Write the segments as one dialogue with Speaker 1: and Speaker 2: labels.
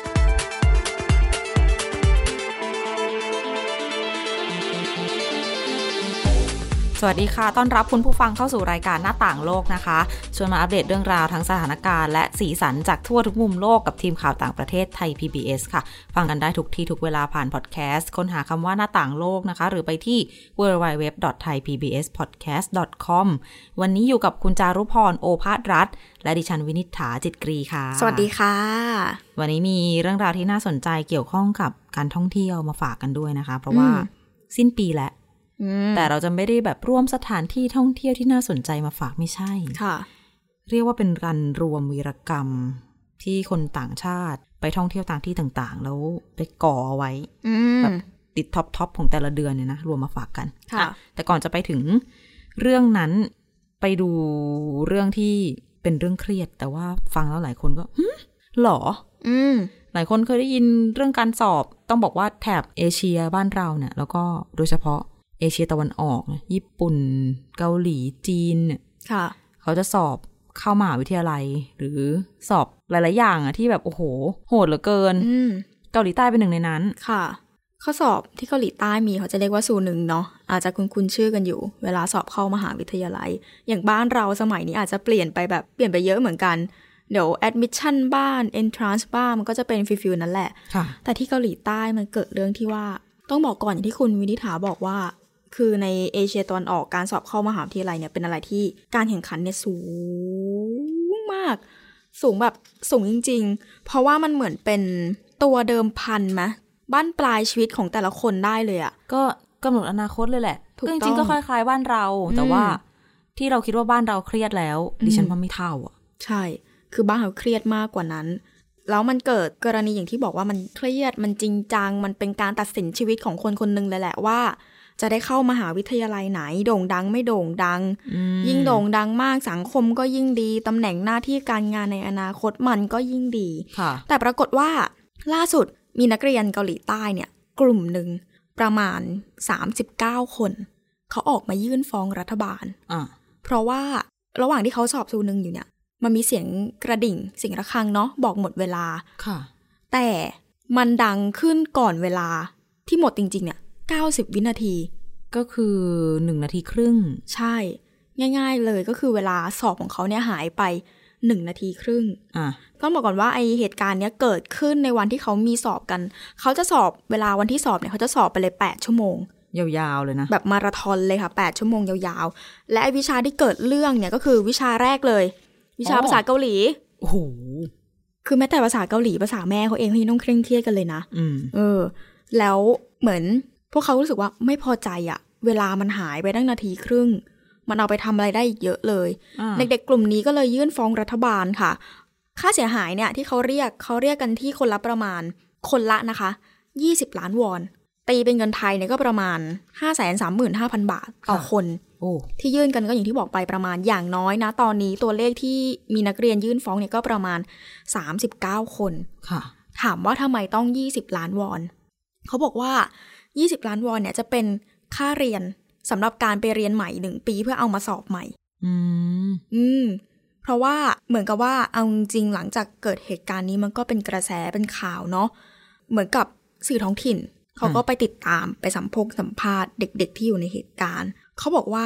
Speaker 1: สวัสดีค่ะ ต้อนรับคุณผู้ฟังเข้าสู่รายการหน้าต่างโลกนะคะ ชวนมาอัปเดตเรื่องราวทั้งสถานการณ์และสีสันจากทั่วทุกมุมโลกกับทีมข่าวต่างประเทศไทย PBS ค่ะ ฟังกันได้ทุกที่ทุกเวลาผ่านพอดแคสต์ ค้นหาคำว่าหน้าต่างโลกนะคะ หรือไปที่ www.thaipbspodcast.com วันนี้อยู่กับคุณจารุพร โอภาสรัฐ และดิฉันวินิษฐาจิตกรีค่ะ
Speaker 2: สวัสดีค่ะ
Speaker 1: วันนี้มีเรื่องราวที่น่าสนใจเกี่ยวข้องกับการท่องเที่ยวมาฝากกันด้วยนะคะ เพราะว่า
Speaker 2: อืม
Speaker 1: สิ้นปีแล้ว
Speaker 2: อืม
Speaker 1: แต่เราจะไม่ได้แบบร่วมสถานที่ท่องเที่ยวที่น่าสนใจมาฝากไม่ใช่
Speaker 2: ค่ะ
Speaker 1: เรียกว่าเป็นการรวมวีรกรรมที่คนต่างชาติไปท่องเที่ยวต่างที่ต่างๆ แล้วไปก่อเอาไว้
Speaker 2: อืม
Speaker 1: แบบติดท็อปทอปของแต่ละเดือนเนี่ยนะ รวมมาฝากกัน
Speaker 2: ค่ะ
Speaker 1: อ่แต่ก่อนจะไปถึงเรื่องนั้นไปดูเรื่องที่เป็นเรื่องเครียด แต่ว่าฟังแล้วหลายคนก็หึหรอ
Speaker 2: อืม
Speaker 1: หลายคนเคยได้ยินเรื่องการสอบ ต้องบอกว่าแถบเอเชียบ้านเราเนี่ย แล้วก็โดยเฉพาะเอเชียตะวันออกเนี่ยญี่ปุ่น เกาหลีจีนเนี่ย
Speaker 2: ค่ะ
Speaker 1: เขาจะสอบเข้ามหาวิทยาลัย หรือสอบหลาย ๆ อย่างอะที่แบบโอ้โห โหดเหลือเกิน
Speaker 2: อืม
Speaker 1: เกาหลีใต้เป็นหนึ่งในนั้น
Speaker 2: ค่ะ ข้อสอบที่เกาหลีใต้มีเขาจะเรียกว่าสูหนึ่งเนาะ อาจจะคุ้นคุ้นๆชื่อกันอยู่ เวลาสอบเข้ามหาวิทยาลัย อย่างบ้านเราสมัยนี้อาจจะเปลี่ยนไปแบบเปลี่ยนไปเยอะเหมือนกัน เดี๋ยว admission บ้าน entrance บ้านมันก็จะเป็นฟิลๆนั้นแหละ
Speaker 1: ค่ะ
Speaker 2: แต่ที่เกาหลีใต้มันเกิดเรื่องที่ว่า ต้องบอกก่อนอย่างที่คุณวินิษฐาบอกว่า คือในเอเชียตะวันออกการสอบเข้ามหาวิทยาลัยเนี่ยเป็นอะไรที่การแข่งขันเนี่ยสูงมาก สูงแบบสูงจริง ๆ เพราะว่ามันเหมือนเป็นตัวเดิมพันมะบ้านปลายชีวิตของแต่ละคนได้เลยอะ
Speaker 1: ก็กำหนดอนาคตเลยแหละ
Speaker 2: ถูก
Speaker 1: ก็
Speaker 2: ต้
Speaker 1: จ
Speaker 2: อง
Speaker 1: ริงๆก็คล้าย ๆ บ้านเรา แต่
Speaker 2: อืม
Speaker 1: ว่าที่เราคิดว่าบ้านเราเครียดแล้ว ดิฉัน
Speaker 2: อืม
Speaker 1: ว่าไม่เท่าอ่ะ
Speaker 2: ใช่ คือบ้านเขาเครียดมากกว่านั้น แล้วมันเกิดกรณีอย่างที่บอกว่ามันเครียด มันจริงจัง มันเป็นการตัดสินชีวิตของคนคนหนึ่งเลยแหละว่า จะได้เข้ามหาวิทยาลัยไหน โด่งดังไม่โด่งดัง ยิ่งโด่งดังมาก สังคมก็ยิ่งดี ตำแหน่งหน้าที่การงานในอนาคตมันก็ยิ่งดี
Speaker 1: ค่ะ
Speaker 2: แต่ปรากฏว่าล่าสุดมีนักเรียนเกาหลีใต้เนี่ย กลุ่มหนึ่งประมาณ 39 คน เขาออกมายื่นฟ้องรัฐบาล
Speaker 1: อ่ะ
Speaker 2: เพราะว่าระหว่างที่เขาสอบซูนึงอยู่เนี่ย มันมีเสียงกระดิ่งเสียงระฆังเนาะบอกหมดเวลา
Speaker 1: ค่ะ
Speaker 2: แต่มันดังขึ้นก่อนเวลาที่หมดจริงๆเนี่ย 90 วินาที
Speaker 1: ก็คือหนึ่งนาทีครึ่ง
Speaker 2: ใช่ ง่ายๆเลยก็คือเวลาสอบของเขาเนี่ยหายไป 1 นาทีครึ่ง
Speaker 1: อ่ะ
Speaker 2: ต้องบอกก่อนว่าไอเหตุการณ์เนี้ยเกิดขึ้นในวันที่เขามีสอบกัน เขาจะสอบเวลาวันที่สอบเนี่ยเขาจะสอบไปเลย 8 ชั่วโมง
Speaker 1: ยาวๆเลยนะ
Speaker 2: แบบมาราธอนเลยค่ะ 8 ชั่วโมงยาวๆ และไอ้วิชาที่เกิดเรื่องเนี่ยก็คือวิชาแรกเลย วิชา
Speaker 1: อ๋อ
Speaker 2: ภาษาเกาหลี
Speaker 1: โอ้โห คือ
Speaker 2: คือแม้แต่ภาษาเกาหลีภาษาแม่เขาเองเขายังต้องเคร่งเครียดกันเลยนะ
Speaker 1: อืม
Speaker 2: เออ แล้วเหมือนพวกเขารู้สึกว่าไม่พอใจอะเวลามันหายไปตั้งนาทีครึ่ง มันเอาไปทำอะไรได้อีกเยอะเลย
Speaker 1: อ่า
Speaker 2: เด็กๆ กลุ่มนี้ก็เลยยื่นฟ้องรัฐบาลค่ะ ค่าเสียหายเนี่ยที่เขาเรียกเขาเรียกกันที่คนละประมาณคนละนะคะ 20 ล้านวอน ตีเป็นเงินไทยเนี่ยก็ประมาณ 5 3 5 0 0 0 บาทต่อคน
Speaker 1: โอ้
Speaker 2: ที่ยื่นกันก็อย่างที่บอกไปประมาณอย่างน้อยนะ ตอนนี้ตัวเลขที่มีนักเรียนยื่นฟ้องเนี่ยก็ประมาณ 39 คน
Speaker 1: ค่ะ
Speaker 2: ถามว่าทำไมต้อง 20 ล้านวอน เขาบอกว่า 20 ล้านวอนเนี่ยจะเป็นค่าเรียนสำหรับการไปเรียนใหม่หนึ่งปีเพื่อเอามาสอบใหม่
Speaker 1: อืม
Speaker 2: อืม เพราะว่าเหมือนกับว่าเอาจริงๆหลังจากเกิดเหตุการณ์นี้มันก็เป็นกระแสเป็นข่าวเนาะเหมือนกับสื่อท้องถิ่น เขาก็ไปติดตามไปสัมพงสัมภาษณ์เด็กๆที่อยู่ในเหตุการณ์ เขาบอกว่า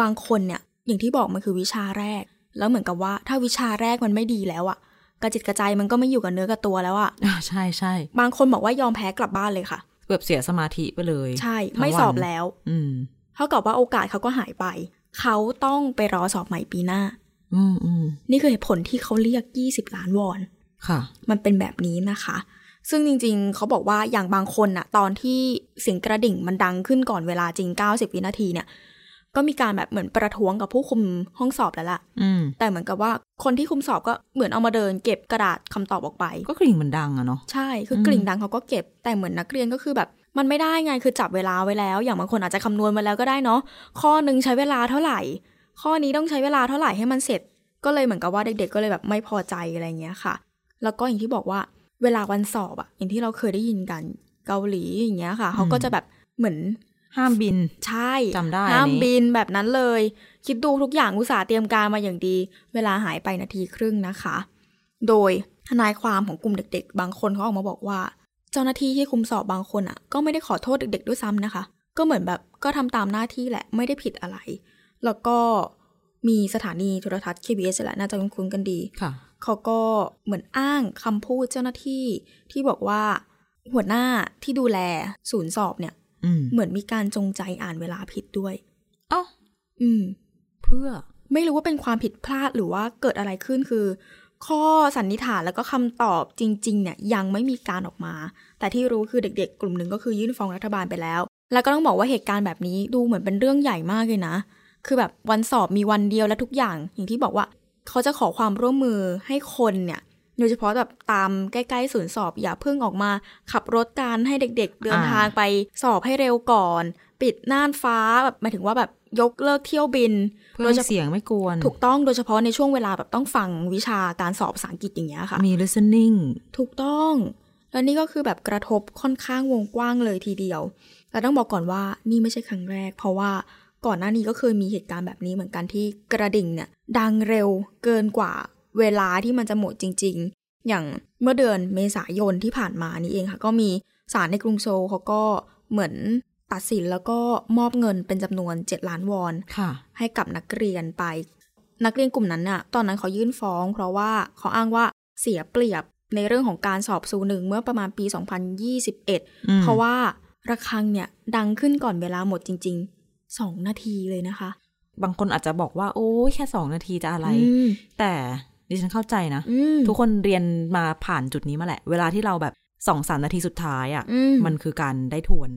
Speaker 2: บางคนเนี่ย อย่างที่บอกมันคือวิชาแรก แล้วเหมือนกับว่าถ้าวิชาแรกมันไม่ดีแล้วอะกระจิตกระใจมันก็ไม่อยู่กับเนื้อกับตัวแล้วอะ
Speaker 1: อ่าใช่ใช่
Speaker 2: บางคนบอกว่ายอมแพ้กลับบ้านเลยค่ะ
Speaker 1: แบบเสียสมาธิไปเลย
Speaker 2: ใช่
Speaker 1: ทั้ง
Speaker 2: ไม่สอบ
Speaker 1: วัน
Speaker 2: แล้ว
Speaker 1: อืม
Speaker 2: เท่ากับว่าโอกาสเขาก็หายไป เขาต้องไปรอสอบใหม่ปีหน้า
Speaker 1: อืมอืม
Speaker 2: นี่คือเหตุผลที่เขาเรียก 20 ล้านวอน
Speaker 1: ค่ะ
Speaker 2: มันเป็นแบบนี้นะคะ ซึ่งจริงๆ เขาบอกว่าอย่างบางคนน่ะ ตอนที่เสียงกระดิ่งมันดังขึ้นก่อนเวลาจริง 90 วินาทีเนี่ย ก็มีการแบบเหมือนประท้วงกับผู้คุมห้องสอบแล้วล่ะ
Speaker 1: อืม
Speaker 2: แต่เหมือนกับว่าคนที่คุมสอบก็เหมือนเอามาเดินเก็บกระดาษคำตอบออกไป
Speaker 1: ก็กลิ่งมันดังอะเนาะ
Speaker 2: ใช่ คืออ
Speaker 1: ม
Speaker 2: กลิ่งดังเขาก็เก็บ แต่เหมือนนักเรียนก็คือแบบ มันไม่ได้ไง คือจับเวลาไว้แล้ว อย่างบางคนอาจจะคำนวณมาแล้วก็ได้เนาะ ข้อหนึ่งใช้เวลาเท่าไหร่ ข้อนี้ต้องใช้เวลาเท่าไหร่ให้มันเสร็จ ก็เลยเหมือนกับว่าเด็กๆ ก็เลยแบบไม่พอใจอะไรเงี้ยค่ะ แล้วก็อย่างที่บอกว่า เวลาวันสอบอะอย่างที่เราเคยได้ยินกัน เกาหลีอย่างเงี้ยค่ะ เขาก็จะแบบเหมือน
Speaker 1: ห้ามบิน
Speaker 2: ใช่
Speaker 1: จำได้
Speaker 2: ห้า
Speaker 1: อั
Speaker 2: ม
Speaker 1: นนี้
Speaker 2: บินแบบนั้นเลย คิดดูทุกอย่างอุตสาห์เตรียมการมาอย่างดี เวลาหายไปนาทีครึ่งนะคะ โดยทนายความของกลุ่มเด็ก ๆ บางคนเขาออกมาบอกว่า เจ้าหน้าที่ที่คุมสอบบางคนอ่ะ ก็ไม่ได้ขอโทษเด็ก ๆ ด้วยซ้ำนะคะ ก็เหมือนแบบก็ทำตามหน้าที่แหละไม่ได้ผิดอะไร แล้วก็มีสถานีโทรทัศน์ KBS แหละน่าจะคุ้นๆกันดี
Speaker 1: ค่ะ
Speaker 2: เขาก็เหมือนอ้างคำพูดเจ้าหน้าที่ที่บอกว่าหัวหน้าที่ดูแลศูนย์สอบเนี่ย
Speaker 1: อืม
Speaker 2: เหมือนมีการจงใจอ่านเวลาผิดด้วย
Speaker 1: เอ้า
Speaker 2: อืม
Speaker 1: เพื่อ
Speaker 2: ไม่รู้ว่าเป็นความผิดพลาดหรือว่าเกิดอะไรขึ้นคือ ข้อสันนิษฐานแล้วก็คำตอบจริง ๆ เนี่ยยังไม่มีการออกมา แต่ที่รู้คือเด็กๆ กลุ่มหนึ่งก็คือยื่นฟ้องรัฐบาลไปแล้ว แล้วก็ต้องบอกว่าเหตุการณ์แบบนี้ดูเหมือนเป็นเรื่องใหญ่มากเลยนะ คือแบบวันสอบมีวันเดียวและทุกอย่าง อย่างที่บอกว่า เขาจะขอความร่วมมือให้คนเนี่ยโดยเฉพาะแบบตามใกล้ๆศูนย์สอบอย่าเพิ่งออกมา ขับรถการให้เด็ก ๆ เดิน
Speaker 1: อ่า
Speaker 2: ทางไปสอบให้เร็วก่อน ปิดน่านฟ้าแบบหมายถึงว่าแบบยกเลิกเที่ยวบิน
Speaker 1: เพื่อให้เสียงไม่กวน
Speaker 2: ถูกต้องโดยเฉพาะในช่วงเวลาแบบต้องฟังวิชาการสอบภาษาอังกฤษอย่างเงี้ยค่ะ
Speaker 1: มี listening
Speaker 2: ถูกต้อง แล้วนี่ก็คือแบบกระทบค่อนข้างวงกว้างเลยทีเดียว แต่ต้องบอกก่อนว่านี่ไม่ใช่ครั้งแรก เพราะว่าก่อนหน้านี้ก็เคยมีเหตุการณ์แบบนี้เหมือนกันที่กระดิ่งเนี่ยดังเร็วเกินกว่าเวลาที่มันจะหมดจริง ๆ อย่างเมื่อเดือนเมษายนที่ผ่านมานี่เองค่ะ ก็มีศาลในกรุงโซลเขาก็เหมือนตัดสินแล้วก็มอบเงินเป็นจำนวน 7 ล้านวอน
Speaker 1: ค่ะ
Speaker 2: ให้กับนักเรียนไป นักเรียนกลุ่มนั้นน่ะ ตอนนั้นเขายื่นฟ้อง เพราะว่าเขาอ้างว่าเสียเปรียบในเรื่องของการสอบสูหนึ่งเมื่อประมาณปี 2021
Speaker 1: อืม
Speaker 2: เพราะว่าระฆังเนี่ยดังขึ้นก่อนเวลาหมดจริง ๆ 2 นาทีเลยนะคะ
Speaker 1: บางคนอาจจะบอกว่าโอ้ยแค่สองนาทีจะอะไร
Speaker 2: อืม
Speaker 1: แต่ดิฉันเข้าใจนะ
Speaker 2: อืม
Speaker 1: ทุกคนเรียนมาผ่านจุดนี้มาแหละ เวลาที่เราแบบสองสามนาทีสุดท้ายอะ่ะ
Speaker 2: อืม
Speaker 1: มันคือการได้ทวน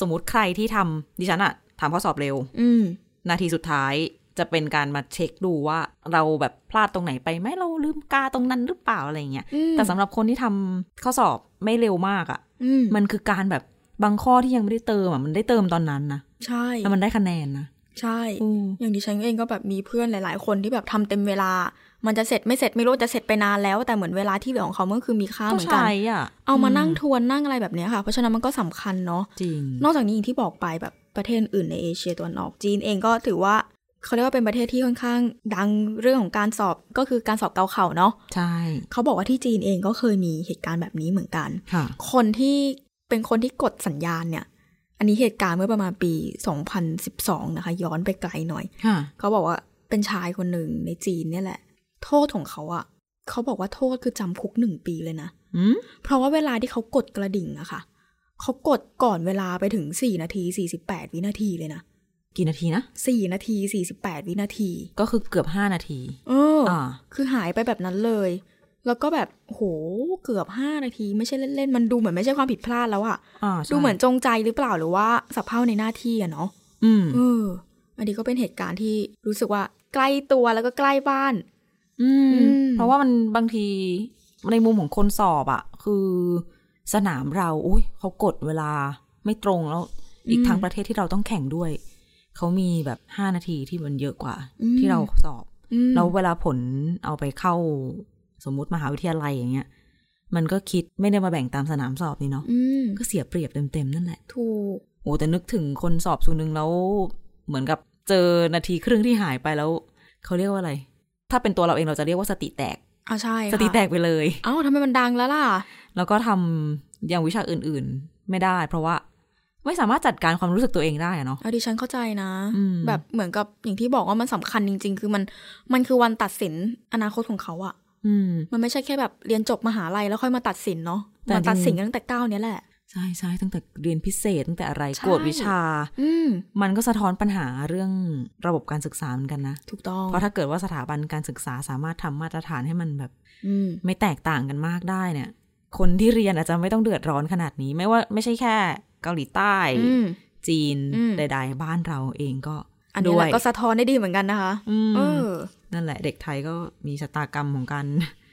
Speaker 1: สมมติใครที่ทำดิฉันอะ่ะทำข้อสอบเร็ว
Speaker 2: อืม
Speaker 1: นาทีสุดท้ายจะเป็นการมาเช็คดูว่าเราแบบพลาดตรงไหนไปไหมเราลืมกาตรงนั้นหรือเปล่าอะไรอย่างเงี้ย
Speaker 2: อืม
Speaker 1: แต่สำหรับคนที่ทำข้อสอบไม่เร็วมากอะ่ะ
Speaker 2: อืม
Speaker 1: มันคือการแบบบางข้อที่ยังไม่ได้เติมอะ่ะมันได้เติมตอนนั้นนะ
Speaker 2: ใช่
Speaker 1: แล้วมันได้คะแนนนะ
Speaker 2: ใช่
Speaker 1: อืม
Speaker 2: อย่างดิฉันเองก็แบบมีเพื่อนหลาย ๆ คนที่แบบทำเต็มเวลา มันจะเสร็จไม่เสร็จไม่รู้จะเสร็จไปนานแล้ว แต่เหมือนเวลาที่เหลือของเขามันก็คือมีค่าเหมือนกัน
Speaker 1: ใช่อ่ะ
Speaker 2: เอามานั่งทวนนั่งอะไรแบบเนี้ยค่ะ เพราะฉะนั้นมันก็สำคัญเนาะ
Speaker 1: จริง
Speaker 2: นอกจากนี้อย่างที่บอกไปแบบประเทศอื่นในเอเชียตะวันออกจีนเองก็ถือว่าเขาเรียกว่าเป็นประเทศที่ค่อนข้างดังเรื่องของการสอบก็คือการสอบเกาเข่าเนาะ
Speaker 1: ใช่
Speaker 2: เขาบอกว่าที่จีนเองก็เคยมีเหตุการณ์แบบนี้เหมือนกัน
Speaker 1: ค่ะ
Speaker 2: คนที่เป็นคนที่กดสัญญาณเนี่ย อันนี้เหตุการณ์เมื่อประมาณปี 2012 นะคะ ย้อนไปไกลหน่อย
Speaker 1: ค่ะ
Speaker 2: เขาบอกว่าเป็นชายคนหนึ่งในจีนเนี่ยแหละ โทษของเขาอะเขาบอกว่าโทษคือจำคุกหนึ่งปีเลยนะ
Speaker 1: อืม
Speaker 2: เพราะว่าเวลาที่เขากดกระดิ่งอะค่ะ เขากดก่อนเวลาไปถึง 4 นาที 48 วินาทีเลยนะ
Speaker 1: กี่นาทีนะ
Speaker 2: 4 นาที 48 วินาที
Speaker 1: ก็คือเกือบห้านาที
Speaker 2: เอออ
Speaker 1: อ่า
Speaker 2: คือหายไปแบบนั้นเลย แล้วก็แบบโหเกือบ 5 นาที ไม่ใช่เล่นๆ มันดูเหมือนไม่ใช่ความผิดพลาดแล้วอะ
Speaker 1: อ่าใช่
Speaker 2: ดูเหมือนจงใจหรือเปล่าหรือว่าสับเพร่าในหน้าที่อะเนาะ
Speaker 1: อืม
Speaker 2: เออ อันนี้ก็เป็นเหตุการณ์ที่รู้สึกว่าใกล้ตัวแล้วก็ใกล้บ้าน
Speaker 1: อืม
Speaker 2: อืม
Speaker 1: เพราะว่ามันบางทีในมุมของคนสอบอ่ะ คือสนามเราอุ้ยเขากดเวลาไม่ตรงแล้ว อีกทางประเทศที่เราต้องแข่งด้วย เขามีแบบห้านาทีที่มันเยอะกว่า ที่เราสอบ
Speaker 2: อืม
Speaker 1: แล้วเวลาผลเอาไปเข้าสมมุติมหาวิทยาลัยอย่างเงี้ย มันก็คิดไม่ได้มาแบ่งตามสนามสอบนี่เนาะ
Speaker 2: อืม
Speaker 1: ก็เสียเปรียบเต็มๆนั่นแหละ
Speaker 2: ถูก
Speaker 1: โอ้แต่นึกถึงคนสอบสูนย์หนึ่งแล้ว เหมือนกับเจอนาทีครึ่งที่หายไปแล้ว เขาเรียกว่าอะไร ถ้าเป็นตัวเราเองเราจะเรียกว่าสติแตก
Speaker 2: อ่าใช่ค่ะ
Speaker 1: สติแตกไปเลย
Speaker 2: เอ้าทำไมมันดังแล้วล่ะ
Speaker 1: แล้วก็ทำอย่างวิชาอื่นๆ ไม่ได้ เพราะว่า ไม่สามารถจัดการความรู้สึกตัวเองได้อะเนาะ
Speaker 2: เอาดิฉันเข้าใจนะ
Speaker 1: อืม
Speaker 2: แบบเหมือนกับอย่างที่บอกว่ามันสำคัญจริง ๆ คือมันมันคือวันตัดสินอนาคตของเขาอะ
Speaker 1: อืม
Speaker 2: มันไม่ใช่แค่แบบเรียนจบมหาลัยแล้วค่อยมาตัดสินเนาะ
Speaker 1: แต่
Speaker 2: มันตัด
Speaker 1: จริง
Speaker 2: สินกันตั้งแต่ก้าวเนี้ยแหละ
Speaker 1: ใช่ใช่ตั้งแต่เรียนพิเศษตั้งแต่อะไร
Speaker 2: ใช่
Speaker 1: กวดวิชา
Speaker 2: อืม
Speaker 1: มันก็สะท้อนปัญหาเรื่องระบบการศึกษาเหมือนกันนะ
Speaker 2: ถูกต้อง
Speaker 1: เพราะถ้าเกิดว่าสถาบันการศึกษาสามารถทำมาตรฐานให้มันแบบ
Speaker 2: อืม
Speaker 1: ไม่แตกต่างกันมากได้เนี่ย คนที่เรียนอาจจะไม่ต้องเดือดร้อนขนาดนี้ ไม่ว่าไม่ใช่แค่เกาหลีใต้
Speaker 2: อืม
Speaker 1: จีน
Speaker 2: อืม
Speaker 1: ใดๆบ้านเราเองก็
Speaker 2: อัน
Speaker 1: ด้
Speaker 2: นี้
Speaker 1: ว
Speaker 2: แห
Speaker 1: ย
Speaker 2: ละก็สะท้อนได้ดีเหมือนกันนะคะ
Speaker 1: อืม
Speaker 2: เออ
Speaker 1: นั่นแหละเด็กไทยก็มีชะตากรรมของการ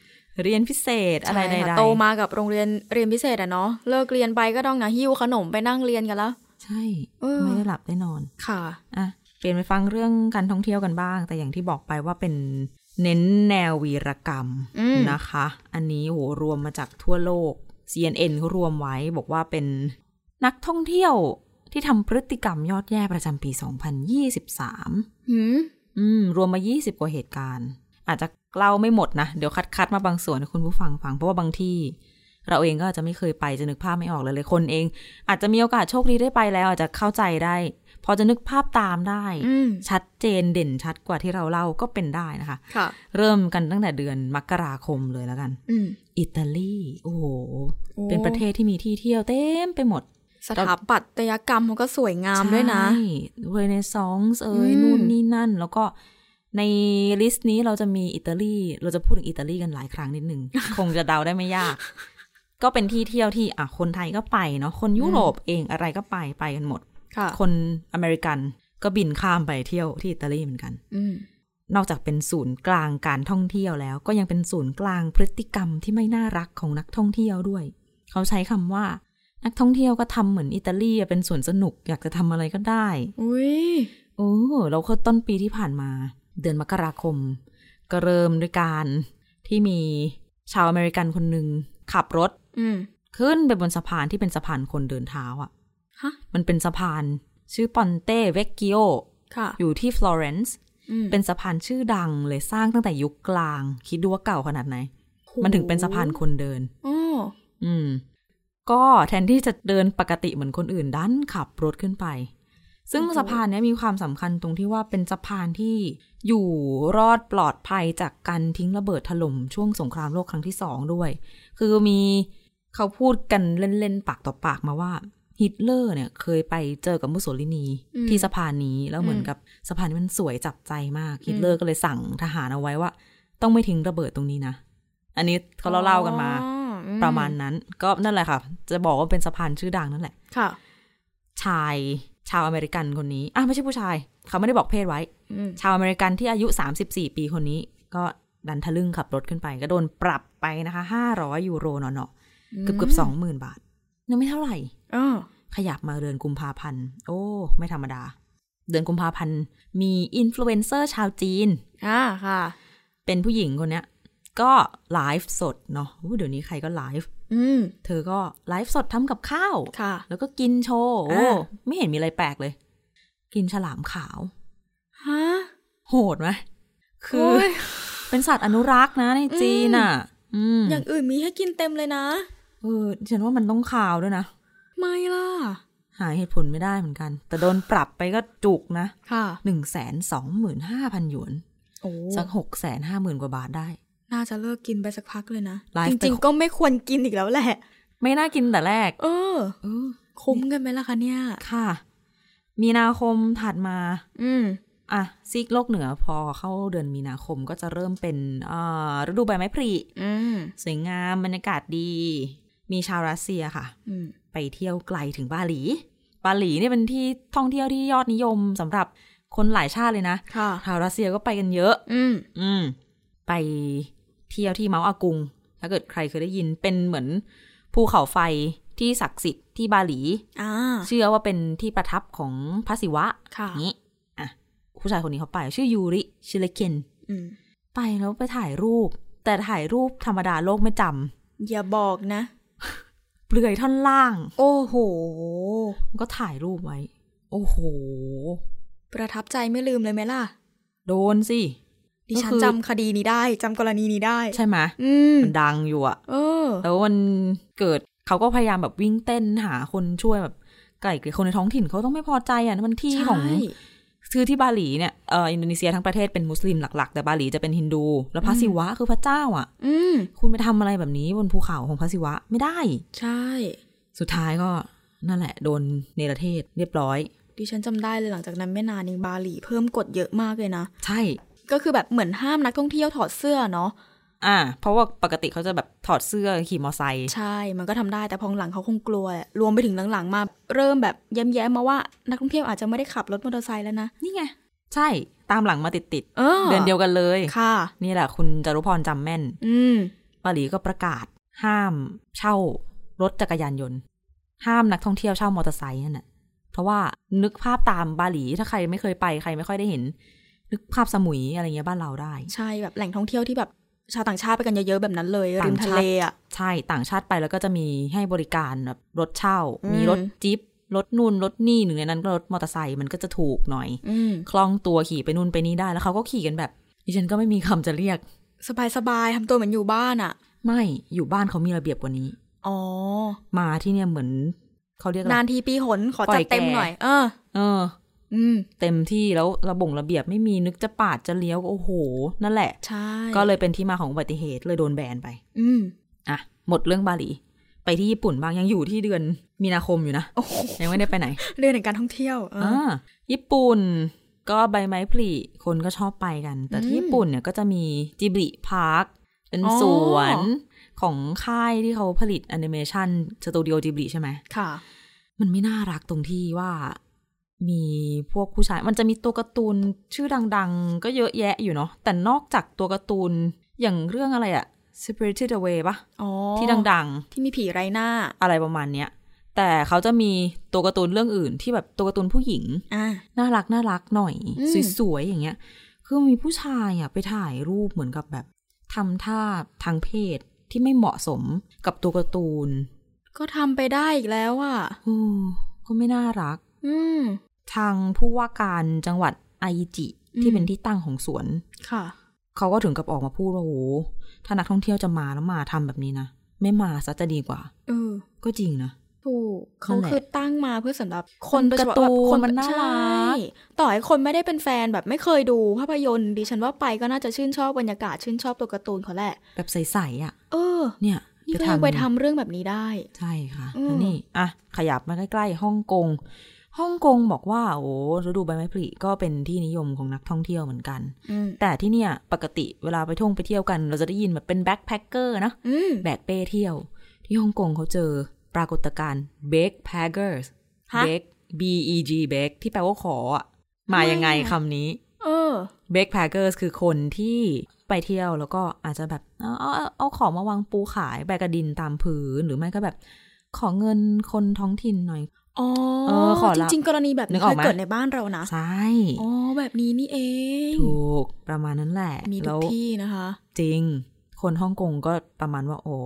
Speaker 1: เรียนพิเศษ
Speaker 2: อ
Speaker 1: อะไร
Speaker 2: ใช่
Speaker 1: ใดๆ
Speaker 2: ค่ะโตมากับโรงเรียนเรียนพิเศษอะเนาะเลิกเรียนไปก็ต้องนะหิ้วขนมไปนั่งเรียนกันแล้ว
Speaker 1: ใช่
Speaker 2: เออ
Speaker 1: ไม่ได้หลับได้นอน
Speaker 2: ค่ะ
Speaker 1: อ่ะเปลี่ยนไปฟังเรื่องการท่องเที่ยวกันบ้าง แต่อย่างที่บอกไปว่าเป็นเน้นแนววีรกรรม
Speaker 2: อืม
Speaker 1: นะคะ อันนี้โหรวมมาจากทั่วโลก CNN เขารวมไว้บอกว่าเป็นนักท่องเที่ยว ที่ทำพฤติกรรมยอดแย่ประจำปี 2023
Speaker 2: หืม
Speaker 1: อืม รวมมา 20 กว่าเหตุการณ์ อาจจะเล่าไม่หมดนะ เดี๋ยวคัดคัดมาบางส่วนให้คุณผู้ฟังฟัง เพราะว่าบางที่ เราเองก็อาจจะไม่เคยไปจะนึกภาพไม่ออกเลยเลยคนเอง อาจจะมีโอกาสโชคดีได้ไปแล้ว อาจจะเข้าใจได้ พอจะนึกภาพตามได้
Speaker 2: อืม
Speaker 1: ชัดเจนเด่นชัดกว่าที่เราเล่าก็เป็นได้นะคะ
Speaker 2: ค่ะ
Speaker 1: เริ่มกันตั้งแต่เดือนมกราคมเลยแล้วกัน
Speaker 2: อืม
Speaker 1: อิตาลีโอ้โห
Speaker 2: โอ้
Speaker 1: เป็นประเทศที่มีที่เที่ยวเต็มไปหมด
Speaker 2: สถาปัตยกรรมเขาก็สวยงามด้วยนะ
Speaker 1: ใช่เรเนซองส์เอ่ย
Speaker 2: อืม
Speaker 1: นู่นนี่นั่น แล้วก็ในลิสต์นี้เราจะมีอิตาลี เราจะพูดถึงอิตาลีกันหลายครั้งนิด หนึ่ง คงจะเดาได้ไม่ยาก ก็เป็นที่เที่ยวที่อ่ะคนไทยก็ไปเนาะคนยุโรปเองอะไรก็ไปไปกันหมด
Speaker 2: ค่ะ
Speaker 1: คนอเมริกันก็บินข้ามไปเที่ยวที่อิตาลีเหมือนกัน
Speaker 2: อืม
Speaker 1: นอกจากเป็นศูนย์กลางการท่องเที่ยวแล้ว ก็ยังเป็นศูนย์กลางพฤติกรรมที่ไม่น่ารักของนักท่องเที่ยวด้วย เขาใช้คำว่า นักท่องเที่ยวก็ทำเหมือนอิตาลีอะเป็นสวนสนุกอยากจะทำอะไรก็ได้
Speaker 2: อุ้ย
Speaker 1: โอ้เราก็ต้นปีที่ผ่านมา เดือนมกราคม ก็เริ่มด้วยการที่มีชาวอเมริกันคนหนึ่งขับรถ
Speaker 2: อืม
Speaker 1: ขึ้นไปบนสะพานที่เป็นสะพานคนเดินเท้าอะ่ะ
Speaker 2: ฮะ
Speaker 1: มันเป็นสะพานชื่อปอนเต้เวกกิโอ
Speaker 2: ค่ะ
Speaker 1: อยู่ที่ฟลอเรนซ์
Speaker 2: อืม
Speaker 1: เป็นสะพานชื่อดังเลยสร้างตั้งแต่ยุคกลาง คิดดูว่าเก่าขนาดไหน มันถึงเป็นสะพานคนเดิน
Speaker 2: โอ้
Speaker 1: อืม ก็แทนที่จะเดินปกติเหมือนคนอื่นดันขับรถขึ้นไป ซึ่งสะพานเนี้ยมีความสำคัญตรงที่ว่าเป็นสะพานที่อยู่รอดปลอดภัยจากการทิ้งระเบิดถล่มช่วงสงครามโลกครั้งที่สองด้วย คือมีเขาพูดกันเล่นๆปากต่อปากมาว่าฮิตเลอร์เนี่ยเคยไปเจอกับมุสโสลินี ที่สะพานนี้แล้วเหมือนกับสะพานนี้มันสวยจับใจมากฮิตเลอร์ก็เลยสั่งทหารเอาไว้ว่า ต้องไม่ทิ้งระเบิดตรงนี้นะอันนี้เขาเล่าๆกันมา
Speaker 2: อ๋ออื
Speaker 1: ประมาณนั้นก็นั่นแหละค่ะ จะบอกว่าเป็นสะพานชื่อดังนั่นแหละ
Speaker 2: ค่ะ
Speaker 1: ชายชาวอเมริกันคนนี้อ่ะไม่ใช่ผู้ชาย เขาไม่ได้บอกเพศไว้
Speaker 2: อืม
Speaker 1: ชาวอเมริกันที่อายุ 34 ปีคนนี้ ก็ดันทะลึ่งขับรถขึ้นไป ก็โดนปรับไปนะคะ 500 ยูโรเนาะๆเกือบเกือบสองหมื่นบาทยังไม่เท่าไหร่
Speaker 2: อ้อ
Speaker 1: ขยับมาเดือนกุมภาพันธ์โอ้ ไม่ธรรมดา เดือนกุมภาพันธ์มีอินฟลูเอนเซอร์ชาวจีน
Speaker 2: อ่าค่ะ
Speaker 1: เป็นผู้หญิงคนเนี้ยก็ไลฟ์สดเนาะอู้เดี๋ยวนี้ใครก็ไลฟ์
Speaker 2: อืม
Speaker 1: เธอก็ไลฟ์สดทำกับข้าว
Speaker 2: ค่ะ
Speaker 1: แล้วก็กินโชว์โอ้
Speaker 2: อ่า
Speaker 1: ไม่เห็นมีอะไรแปลกเลย กินฉลามขาว
Speaker 2: ฮะ
Speaker 1: โหดไหมคือ
Speaker 2: โย
Speaker 1: เป็นสัตว์อนุรักษ์นะในจีนอ่ะ อืม
Speaker 2: อย่างอื่นมีให้กินเต็มเลยนะ
Speaker 1: เออฉันว่ามันต้องขาวด้วยนะ
Speaker 2: ไม่ล่ะ
Speaker 1: หาเหตุผลไม่ได้เหมือนกัน แต่โดนปรับไปก็จุกนะ
Speaker 2: ค่ะ
Speaker 1: หนึ่งแสนสองหมื่นห้าพันหยวน
Speaker 2: โอ้
Speaker 1: สักหกแสนห้าหมื่นกว่าบาทได้
Speaker 2: น่าจะเลิกกินไปสักพักเลยนะ
Speaker 1: ไลฟ์
Speaker 2: จ
Speaker 1: ไป
Speaker 2: ริงๆ ก็ไม่ควรกินอีกแล้วแหละ
Speaker 1: ไม่น่ากินแต่แรก
Speaker 2: เออ
Speaker 1: เออ
Speaker 2: คุ้มกันไหมล่ะคะเนี่ย
Speaker 1: ค่ะ มีนาคมถัดมา
Speaker 2: อืม
Speaker 1: อ่ะซีกโลกเหนือพอเข้าเดือนมีนาคมก็จะเริ่มเป็นอ่าฤดูใบไม้ผลิ
Speaker 2: อืม
Speaker 1: สวยงามบรรยากาศดี มีชาวรัสเซียค่ะ
Speaker 2: อืม
Speaker 1: ไปเที่ยวไกลถึงบาหลี บาหลีเนี่ยเป็นที่ท่องเที่ยวที่ยอดนิยมสำหรับคนหลายชาติเลยนะ
Speaker 2: ค่ะ
Speaker 1: ชาวรัสเซียก็ไปกันเยอะ
Speaker 2: อืม
Speaker 1: อืม ไปเที่ยวที่เมาส์อากุง ถ้าเกิดใครเคยได้ยินเป็นเหมือนภูเขาไฟที่ศักดิ์สิทธิ์ที่บาหลี
Speaker 2: อ่า
Speaker 1: เชื่อว่าเป็นที่ประทับของพระศิวะ
Speaker 2: ค่ะ
Speaker 1: อย่างนี้อ่ะผู้ชายคนนี้เขาไปชื่อยูริชิเลเคน
Speaker 2: อืม
Speaker 1: ไปแล้วไปถ่ายรูป แต่ถ่ายรูปธรรมดาโลกไม่จำ
Speaker 2: อย่าบอกนะ
Speaker 1: เปลือยท่อนล่าง
Speaker 2: โอ้โห
Speaker 1: ก็ถ่ายรูปไว้ โอ้โห
Speaker 2: ประทับใจไม่ลืมเลยไหมล่ะ
Speaker 1: โดนสิ
Speaker 2: ดิฉั
Speaker 1: ก็
Speaker 2: น
Speaker 1: คือ
Speaker 2: จำคดีนี้ได้ จำกรณีนี้ได้
Speaker 1: ใช่ไหม
Speaker 2: อืม
Speaker 1: มันดังอยู่อะ
Speaker 2: เออ
Speaker 1: แล้วมันเกิดเขาก็พยายามแบบวิ่งเต้นหาคนช่วยแบบไก่เกลี่ยคนในท้องถิ่นเขาต้องไม่พอใจอะนั่นมันที่
Speaker 2: ใช่
Speaker 1: ของคือที่บาหลีเนี่ยเอออินโดนีเซียทั้งประเทศเป็นมุสลิมหลักๆ แต่บาหลีจะเป็นฮินดู แล้วพระศิวะคือพระเจ้าอะ
Speaker 2: อืม
Speaker 1: คุณไปทำอะไรแบบนี้บนภูเขาของพระศิวะไม่ได้
Speaker 2: ใช่
Speaker 1: สุดท้ายก็นั่นแหละ โดนเนรเทศเรียบร้อย
Speaker 2: ดิฉันจำได้เลยหลังจากนั้นไม่นานเองบาหลีเพิ่มกฎเยอะมากเลยนะ
Speaker 1: ใช่
Speaker 2: ก็คือแบบเหมือนห้ามนักท่องเที่ยวถอดเสื้อเนาะ
Speaker 1: อ่า เพราะว่าปกติเขาจะแบบถอดเสื้อขี่มอไซค์
Speaker 2: ใช่มันก็ทำได้แต่พอหลังเขาคงกลัวแหละรวมไปถึงหลังๆมา เริ่มแบบแย้มๆมาว่านักท่องเที่ยวอาจจะไม่ได้ขับรถมอเตอร์ไซค์แล้วนะ
Speaker 1: นี่ไง ใช่ตามหลังมาติดติด
Speaker 2: เออ
Speaker 1: ๆเดือนเดียวกันเลย
Speaker 2: ค่ะ
Speaker 1: นี่แหละคุณจารุพรจำแม่น
Speaker 2: อืม
Speaker 1: บาหลีก็ประกาศ ห้ามเช่ารถจักรยานยนต์ ห้ามนักท่องเที่ยวเช่ามอเตอร์ไซค์นั่นแหะเพราะว่านึกภาพตามบาหลีถ้าใครไม่เคยไปใครไม่ค่อยได้เห็น นึกภาพสมุยอะไรเงี้ยบ้านเราได้
Speaker 2: ใช่แบบแหล่งท่องเที่ยวที่แบบชาวต่างชาติไปกันเยอะๆแบบนั้นเลยริมทะเลอ่ะ
Speaker 1: ใช่ต่างชาติไปแล้วก็จะมีให้บริการแบบรถเช่า
Speaker 2: อืม
Speaker 1: มีรถจิ๊ป รถนู่นรถนี่หนึ่งในนั้นก็รถมอเตอร์ไซค์มันก็จะถูกหน่อย
Speaker 2: อืม
Speaker 1: คล่องตัวขี่ไปนู่นไปนี่ได้แล้วเขาก็ขี่กันแบบดิฉันก็ไม่มีคำจะเรียก
Speaker 2: สบายสบายๆทำตัวเหมือนอยู่บ้านอะ่ะ
Speaker 1: ไม่อยู่บ้านเขามีระเบียบกว่านี้
Speaker 2: อ๋อ
Speaker 1: มาที่เนี่ยเหมือนเขาเรียกอะไร
Speaker 2: นานทีปีหนขอจัดเต็ม
Speaker 1: ปล่อยแก
Speaker 2: หน่อย เออ
Speaker 1: เออ
Speaker 2: อืม
Speaker 1: เต็มที่แล้วระบงระเบียบไม่มีนึกจะปาดจะเลี้ยวก็โอ้โห นั่นแหละ
Speaker 2: ใช่
Speaker 1: ก็เลยเป็นที่มาของอุบัติเหตุเลยโดนแบนไป
Speaker 2: อืม
Speaker 1: อ่ะ หมดเรื่องบาหลี ไปที่ญี่ปุ่นบ้างยังอยู่ที่เดือนมีนาคมอยู่นะ
Speaker 2: โอ้โห
Speaker 1: ยังไม่ได้ไปไหน
Speaker 2: เรื่องแห่งการท่องเที่ยวเอออ
Speaker 1: อ่าญี่ปุ่นก็ใบไม้ผลิคนก็ชอบไปกัน แต่ที่
Speaker 2: อืม
Speaker 1: ญี่ปุ่นเนี่ยก็จะมีจิบลิพาร์คเป็น
Speaker 2: อ๋อ
Speaker 1: สวนของค่ายที่เขาผลิตแอนิเมชันสตูดิโอจิบลิใช่ไหม
Speaker 2: ค่ะ
Speaker 1: มันไม่น่ารักตรงที่ว่ามีพวกผู้ชาย มันจะมีตัวการ์ตูนชื่อดัง ๆ ก็เยอะแยะอยู่เนาะแต่นอกจากตัวการ์ตูนอย่างเรื่องอะไรอะ Spirited Away ปะ
Speaker 2: อ๋อ
Speaker 1: ที่ดัง
Speaker 2: ที่มีผีไร้หน้า
Speaker 1: ๆ อะไรประมาณเนี้ยแต่เขาจะมีตัวการ์ตูนเรื่องอื่น ที่แบบตัวการ์ตูนผู้หญิง
Speaker 2: อ่า
Speaker 1: น่ารักน่ารักหน่อย
Speaker 2: อืม
Speaker 1: สวย ๆ อย่างเงี้ย คือมีผู้ชายอ่ะไปถ่ายรูปเหมือนกับแบบทำท่าทางเพศที่ไม่เหมาะสมกับตัวการ์ตูน
Speaker 2: ก็ทำไปได้อีกแล้วอ่ะ
Speaker 1: อืมก็ไม่น่ารัก
Speaker 2: อืม
Speaker 1: ทางผู้ว่าการจังหวัดไอจิ
Speaker 2: อืม
Speaker 1: ที่เป็นที่ตั้งของสวน
Speaker 2: ค่ะ
Speaker 1: เขาก็ถึงกับออกมาพูดว่าโอ้โหถ้านักท่องเที่ยวจะมาแล้วมาทำแบบนี้นะ ไม่มาซะจะดีกว่า
Speaker 2: เออ
Speaker 1: ก็จริงนะ
Speaker 2: ถูกเขา
Speaker 1: นั่นแหละ
Speaker 2: คือตั้งมาเพื่อสำหรับ
Speaker 1: มัน
Speaker 2: โดยเฉพาะ
Speaker 1: การ์ตูน
Speaker 2: แบบค
Speaker 1: มันน่ารัก
Speaker 2: ใช่ต่อให้คนไม่ได้เป็นแฟนแบบไม่เคยดูภาพยนตร์ดิฉันว่าไปก็น่าจะชื่นชอบบรรยากาศชื่นชอบตัวการ์ตูนเขาแหละ
Speaker 1: แบบใสๆอะ่ะ
Speaker 2: เออ
Speaker 1: เนี่ย
Speaker 2: นี่
Speaker 1: จะ
Speaker 2: ก็
Speaker 1: ทำ
Speaker 2: ยังไปทำเรื่องแบบนี้ได้
Speaker 1: ใช่ค่ะ
Speaker 2: อืม
Speaker 1: แล้วนี่อ่ะขยับมาใกล้ๆฮ่องกงฮ่องกงบอกว่าโอ้ฤดูใบไม้ผลิก็เป็นที่นิยมของนักท่องเที่ยวเหมือนกัน
Speaker 2: อืม
Speaker 1: แต่ที่เนี่ยปกติเวลาไปท่องไปเที่ยวกัน เราจะได้ยินแบบเป็นแบ็คแพคเกอร์นะ
Speaker 2: อืม
Speaker 1: แบกเป้เที่ยว ที่ฮ่องกงเขาเจอปรากฏการณ์ backpackers
Speaker 2: ฮะ
Speaker 1: beg b e g beg ที่แปลว่าขออะมายังไงคำนี้
Speaker 2: เออ
Speaker 1: backpackers คือคนที่ไปเที่ยวแล้วก็อาจจะแบบเอาเอาเอาเอาของมาวางปูขายแบกกระดินตามพื้นหรือไม่ก็แบบ ขอเงินคนท้องถิ่นหน่อย
Speaker 2: อ๋อ
Speaker 1: เออขอ
Speaker 2: จ
Speaker 1: ละ
Speaker 2: ริง ๆ กรณีแบบ
Speaker 1: นึ
Speaker 2: นี้
Speaker 1: กอ
Speaker 2: เค
Speaker 1: อก
Speaker 2: ย
Speaker 1: ไหม
Speaker 2: เกิดในบ้านเรานะ
Speaker 1: ใช่
Speaker 2: อ๋อ แบบนี้นี่เอง
Speaker 1: ถูกประมาณนั้นแหละ
Speaker 2: มีทุ
Speaker 1: แล้
Speaker 2: ก
Speaker 1: ว
Speaker 2: ที่นะคะ
Speaker 1: จริง คนฮ่องกงก็ประมาณว่าโอ้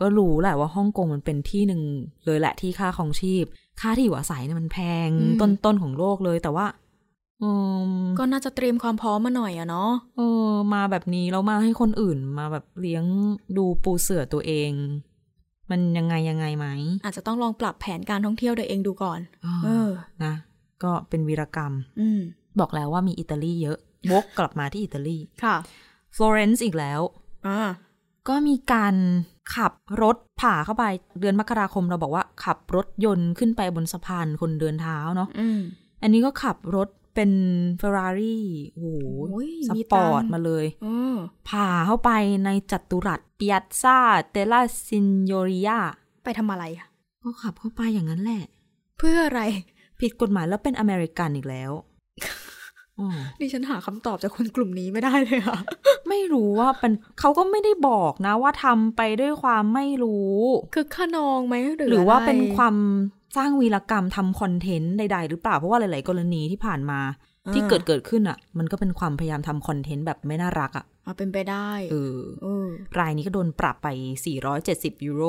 Speaker 1: ก็รู้แหละว่าฮ่องกงมันเป็นที่หนึ่งเลยแหละที่ค่าครองชีพ ค่าที่อยู่อาศัยเนี่ยมันแพง
Speaker 2: อืม
Speaker 1: ต้นต้นๆของโลกเลยแต่ว่า อืม
Speaker 2: ก็น่าจะเตรียมความพร้อมมาหน่อยอะเนาะ
Speaker 1: เออมาแบบนี้แล้วมาให้คนอื่นมาแบบเลี้ยงดูปูเสือตัวเอง มันยังไงยังไงไหม
Speaker 2: อาจจะต้องลองปรับแผนการท่องเที่ยวตัวเองดูก่อน
Speaker 1: เออ
Speaker 2: เออ
Speaker 1: นะ ก็เป็นวีรกรรม
Speaker 2: อืม
Speaker 1: บอกแล้วว่ามีอิตาลีเยอะวกกลับมาที่อิตาลี
Speaker 2: ค่ะ
Speaker 1: ฟลอเรนซ์อีกแล้ว
Speaker 2: อ่า
Speaker 1: ก็มีการขับรถผ่าเข้าไปเดือนมกราคมเราบอกว่าขับรถยนต์ขึ้นไปบนสะพานคนเดินเท้าเนาะ
Speaker 2: อืม
Speaker 1: อันนี้ก็ขับรถเป็นเฟอร์รารี่โอ้โห
Speaker 2: โอ้ย
Speaker 1: ส
Speaker 2: มี
Speaker 1: ป
Speaker 2: ตั
Speaker 1: อง
Speaker 2: ค์
Speaker 1: ร์ตมาเลย
Speaker 2: อืม
Speaker 1: ผ่าเข้าไปในจัตุรัสเปียซาเตลาซินโยริยา
Speaker 2: ไปทำอะไรอะ
Speaker 1: ก็ขับเข้าไปอย่างนั้นแหละ
Speaker 2: เพื่ออะไร
Speaker 1: ผิดกฎหมายแล้วเป็นอเมริกันอีกแล้ว อ๋อ
Speaker 2: ดิฉันหาคำตอบจากคนกลุ่มนี้ไม่ได้เลยอะ
Speaker 1: ไม่รู้ว่าเป็นเขาก็ไม่ได้บอกนะว่าทำไปด้วยความไม่รู้
Speaker 2: คือขนองไหมหรือ
Speaker 1: หรือว่า
Speaker 2: ะไ
Speaker 1: เป็นความสร้างวีรกรรมทำคอนเทนต์ใดๆ หรือเปล่า เพราะว่าหลายๆ กรณีที่ผ่านมา
Speaker 2: อ่า
Speaker 1: ที่เกิดเกิดขึ้นอ่ะ มันก็เป็นความพยายามทำคอนเทนต์แบบไม่น่ารักอ่ะ
Speaker 2: อ่ะเป็นไปได้
Speaker 1: เออ
Speaker 2: เออ
Speaker 1: รายนี้ก็โดนปรับไป 470 ยูโร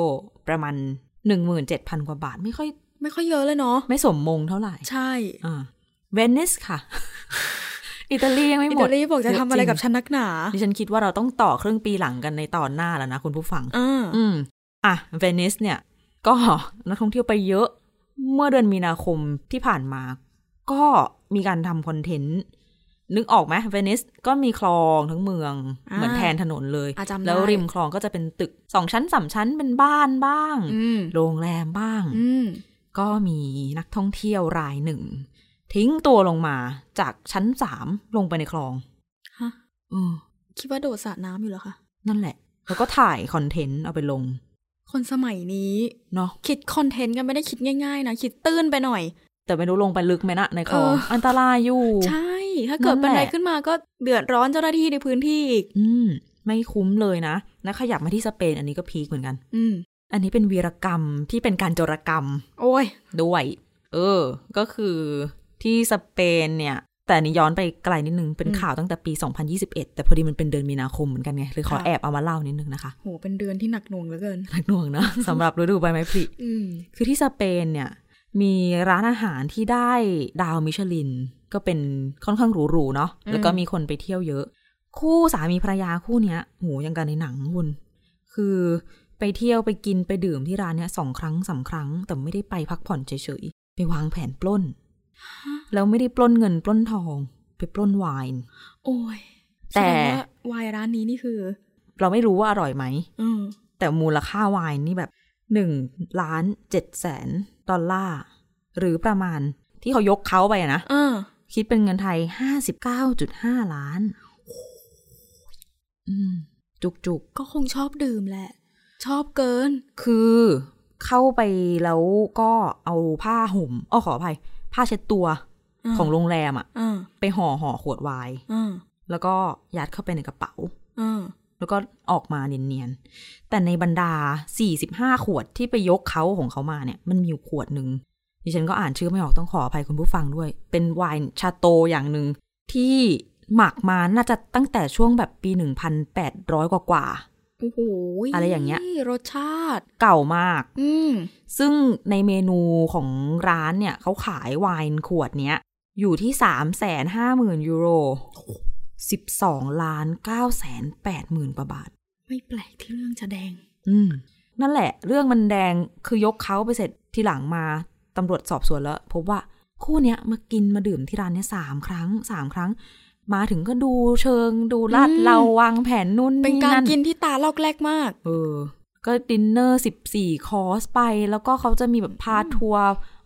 Speaker 1: ประมาณ 17,000 กว่าบาท ไม่ค่อย
Speaker 2: ไม่ค่อยเยอะเลยเนาะ
Speaker 1: ไม่สมมงเท่าไหร่
Speaker 2: ใช่
Speaker 1: อ่าเวนิสค่ะ อิตาลียังไม่
Speaker 2: อิ
Speaker 1: หม
Speaker 2: ตา
Speaker 1: ด
Speaker 2: ลีบอกจะทำอะไรกับ
Speaker 1: เยจ
Speaker 2: ฉันนักหนา
Speaker 1: ริงดิฉันคิดว่าเราต้องต่อเครื่องปีหลังกันในตอนหน้าแล้วนะคุณผู้ฟัง
Speaker 2: อ่า
Speaker 1: อืม อ่ะ เวนิสเนี่ย ก็ นักท่องเที่ยวไปเยอะ เมื่อเดือนมีนาคมที่ผ่านมา ก็มีการทำคอนเทนต์ นึกออกไหมเวนิสก็มีคลองทั้งเมือง
Speaker 2: า
Speaker 1: เหมือนแทนถนนเลย
Speaker 2: อ่ะจำได้
Speaker 1: แล้วริมคลองก็จะเป็นตึกสองชั้นสามชั้นเป็นบ้านบ้าง
Speaker 2: อืม
Speaker 1: โรงแรมบ้าง
Speaker 2: อืม
Speaker 1: ก็มีนักท่องเที่ยวรายหนึ่ง ทิ้งตัวลงมาจากชั้นสามลงไปในคลอง
Speaker 2: ฮะ
Speaker 1: เออ
Speaker 2: คิดว่าโดดสระน้ำอยู่เหรอคะ
Speaker 1: นั่นแหละ แล้วก็ถ่ายคอนเทนต์เอาไปลง
Speaker 2: คนสมัยนี้
Speaker 1: เนาะ
Speaker 2: คิดคอนเทนต์กันไม่ได้คิดง่ายๆนะ คิดตื้นไปหน่อย
Speaker 1: แต่ไม่รู้ลงไปลึกไหมนะในคลอง
Speaker 2: เออ
Speaker 1: อันตรายอยู่
Speaker 2: ใช่ ถ้าเกิด
Speaker 1: นั่
Speaker 2: เป็น
Speaker 1: น
Speaker 2: อะ
Speaker 1: แห
Speaker 2: ไร
Speaker 1: ละ
Speaker 2: ขึ้นมาก็เดือดร้อนเจ้าหน้าที่ในพื้นที่อีก
Speaker 1: อืม ไม่คุ้มเลยนะ แล้วขยับมาที่สเปนอันนี้ก็พีคเหมือนกัน
Speaker 2: อืม
Speaker 1: อันนี้เป็นวีรกรรมที่เป็นการโจรกรรม
Speaker 2: โอ้ย
Speaker 1: ด้วย เออ ก็คือที่สเปนเนี่ย แต่อันนี้ย้อนไปไกลนิดนึง เป็น
Speaker 2: อืม
Speaker 1: ข่าวตั้งแต่ปี 2021 แต่พอดีมันเป็นเดือนมีนาคมเหมือนกันไงเลยขอแอบเอามาเล่านิดนึงนะคะ
Speaker 2: โห เป็นเดือนที่หนักหน่วงเหลือเกิน
Speaker 1: หนักหน่วงนะ สำหรับฤดูใบไม้ผลิ
Speaker 2: อืม
Speaker 1: คือที่สเปนเนี่ย มีร้านอาหารที่ได้ดาวมิชลิน ก็เป็นค่อนข้างหรูๆเนาะ
Speaker 2: อืม
Speaker 1: แล้วก็มีคนไปเที่ยวเยอะ คู่สามีภรรยาคู่เนี้ยโหยังกันในหนังคุณคือไปเที่ยวไปกินไปดื่มที่ร้านเนี้ยสองครั้งสามครั้ง แต่ไม่ได้ไปพักผ่อนเฉยๆไปวางแผนปล้น แล้วไม่ได้ปล้นเงินปล้นทอง ไปปล้นไวน์
Speaker 2: โอ้ย
Speaker 1: แต่
Speaker 2: สดงว่าวายร้านนี้นี่คือ
Speaker 1: เราไม่รู้ว่าอร่อยไหม
Speaker 2: อืม
Speaker 1: แต่มูลค่าไวน์นี่แบบหนึ่งล้านเจ็ดแสนดอลลาร์ หรือประมาณที่เขายกเขาไปอะนะ
Speaker 2: อ่า
Speaker 1: คิดเป็นเงินไทยห้าสิบเก้าจุดห้าล้านอืมจุกจุก
Speaker 2: ก็คงชอบดื่มแหละ ชอบเกิน
Speaker 1: ๆ คือเข้าไปแล้วก็เอาผ้าห่มอ้อขออภัย ผ้าเช็ดตัว
Speaker 2: อ่า
Speaker 1: ของโรงแรมอะ
Speaker 2: อ่า
Speaker 1: ไปห่อห่อขวดไวน์
Speaker 2: อ่า
Speaker 1: แล้วก็ยัดเข้าไปในกระเป๋า
Speaker 2: อ่า
Speaker 1: แล้วก็ออกมาเนียนๆ แต่ในบรรดา 45 ขวดที่ไปยกเขาของเขามาเนี่ย มันมีอยู่ขวดหนึ่งดิฉันก็อ่านชื่อไม่ออกต้องขออภัยคุณผู้ฟังด้วย เป็นไวน์ชาโตอย่างหนึ่งที่หมักมาน่าจะตั้งแต่ช่วงแบบปี 1,800 กว่ากว่า
Speaker 2: โอ้โห
Speaker 1: อะไรอย่างเงี้ย
Speaker 2: รสชาติ
Speaker 1: ๆเก่ามาก
Speaker 2: อืม
Speaker 1: ซึ่งในเมนูของร้านเนี่ย เขาขายไวน์ขวดเนี้ย อยู่ที่ 350,000 ยูโร 12ล้าน9แสน8หมื่นกว่าบาท
Speaker 2: ไม่แปลกที่เรื่องจะแดง
Speaker 1: อืม นั่นแหละ เรื่องมันแดงคือยกเขาไปเสร็จทีหลังมาตำรวจสอบสวนแล้ว พบว่าคู่เนี้ยมากินมาดื่มที่ร้านเนี้ยสามครั้งสามครั้ง มาถึงก็ดูเชิงดูลาด
Speaker 2: อืม
Speaker 1: เราวางแผนนู่น
Speaker 2: เป็น
Speaker 1: นี่
Speaker 2: การ
Speaker 1: นั่น
Speaker 2: กินที่ตาลอกแรกมาก
Speaker 1: เออ ก็ดินเนอร์สิบสี่คอร์สไป แล้วก็เขาจะมีแบบพาทัวร์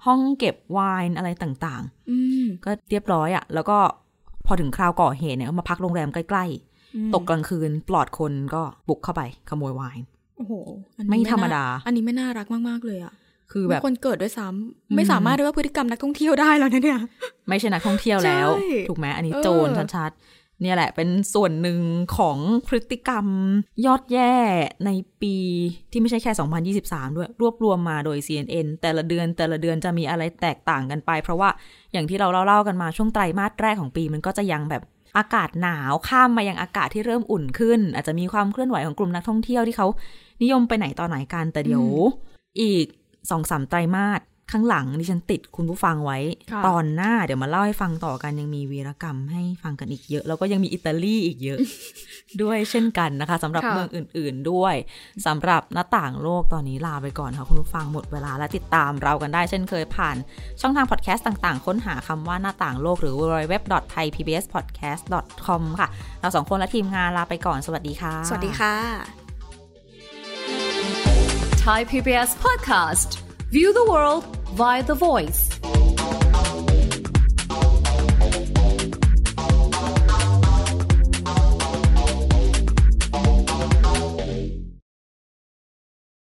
Speaker 1: ห้องเก็บไวน์อะไรต่าง
Speaker 2: อืม
Speaker 1: ๆ ก็เรียบร้อยอะ่ะ แล้วก็พอถึงคราวก่อเหตุเนี่ยก็มาพักโรงแรมใกล้ๆ ตกกลางคืนปลอดคนก็บุกเข้าไปขโมยไวน์
Speaker 2: โอ้โหอันนี้
Speaker 1: ไม่ธรรมดา
Speaker 2: น่อันนี้ไม่น่ารักมาก ๆ เลยอะ
Speaker 1: คือแบบ
Speaker 2: ไม่คนเกิดด้วยซ้
Speaker 1: อืม
Speaker 2: ำไม่สามารถเรียกว่าพฤติกรรมนักท่องเที่ยวได้แล้วนะเนี่ย
Speaker 1: ไม่ใช่นักท่องเที่ยวแล้ว
Speaker 2: ใช่
Speaker 1: ถูกไหมอันนี้
Speaker 2: เออ
Speaker 1: โจรชัดๆเนี่ยแหละเป็นส่วนหนึ่งของพฤติกรรมยอดแย่ในปีที่ไม่ใช่แค่ 2023 ด้วย รวบรวมมาโดย CNN แต่ละเดือนแต่ละเดือนจะมีอะไรแตกต่างกันไป เพราะว่าอย่างที่เราเล่าๆกันมาช่วงไตรมาสแรกของปีมันก็จะยังแบบอากาศหนาวข้ามมายังอากาศที่เริ่มอุ่นขึ้น อาจจะมีความเคลื่อนไหวของกลุ่มนักท่องเที่ยวที่เขานิยมไปไหนต่อไหนกันแต่เดี๋ยว อีกสองสามไตรมาสข้างหลังดิฉันติดคุณผู้ฟังไว้
Speaker 2: ค่ะ
Speaker 1: ตอนหน้าเดี๋ยวมาเล่าให้ฟังต่อกันยังมีวีรกรรมให้ฟังกันอีกเยอะ แล้วก็ยังมีอิตาลีอีกเยอะ ด้วยเช่นกันนะคะสำหรับ
Speaker 2: ค่ะ
Speaker 1: เมืองอื่น ๆด้วยสำหรับหน้าต่างโลกตอนนี้ลาไปก่อนค่ะคุณผู้ฟังหมดเวลาและติดตามเรากันได้เช่นเคยผ่าน ช่องทางพอดแคสต์ต่างๆ ค้นหาคำว่าหน้าต่างโลกหรือ www.thaipbspodcast.com ค่ะ เราสองคนและทีมงานลาไปก่อนสวัสดีค่ะ
Speaker 2: สวัสดีค่ะ
Speaker 3: Thai PBS podcast. View the world via the voice.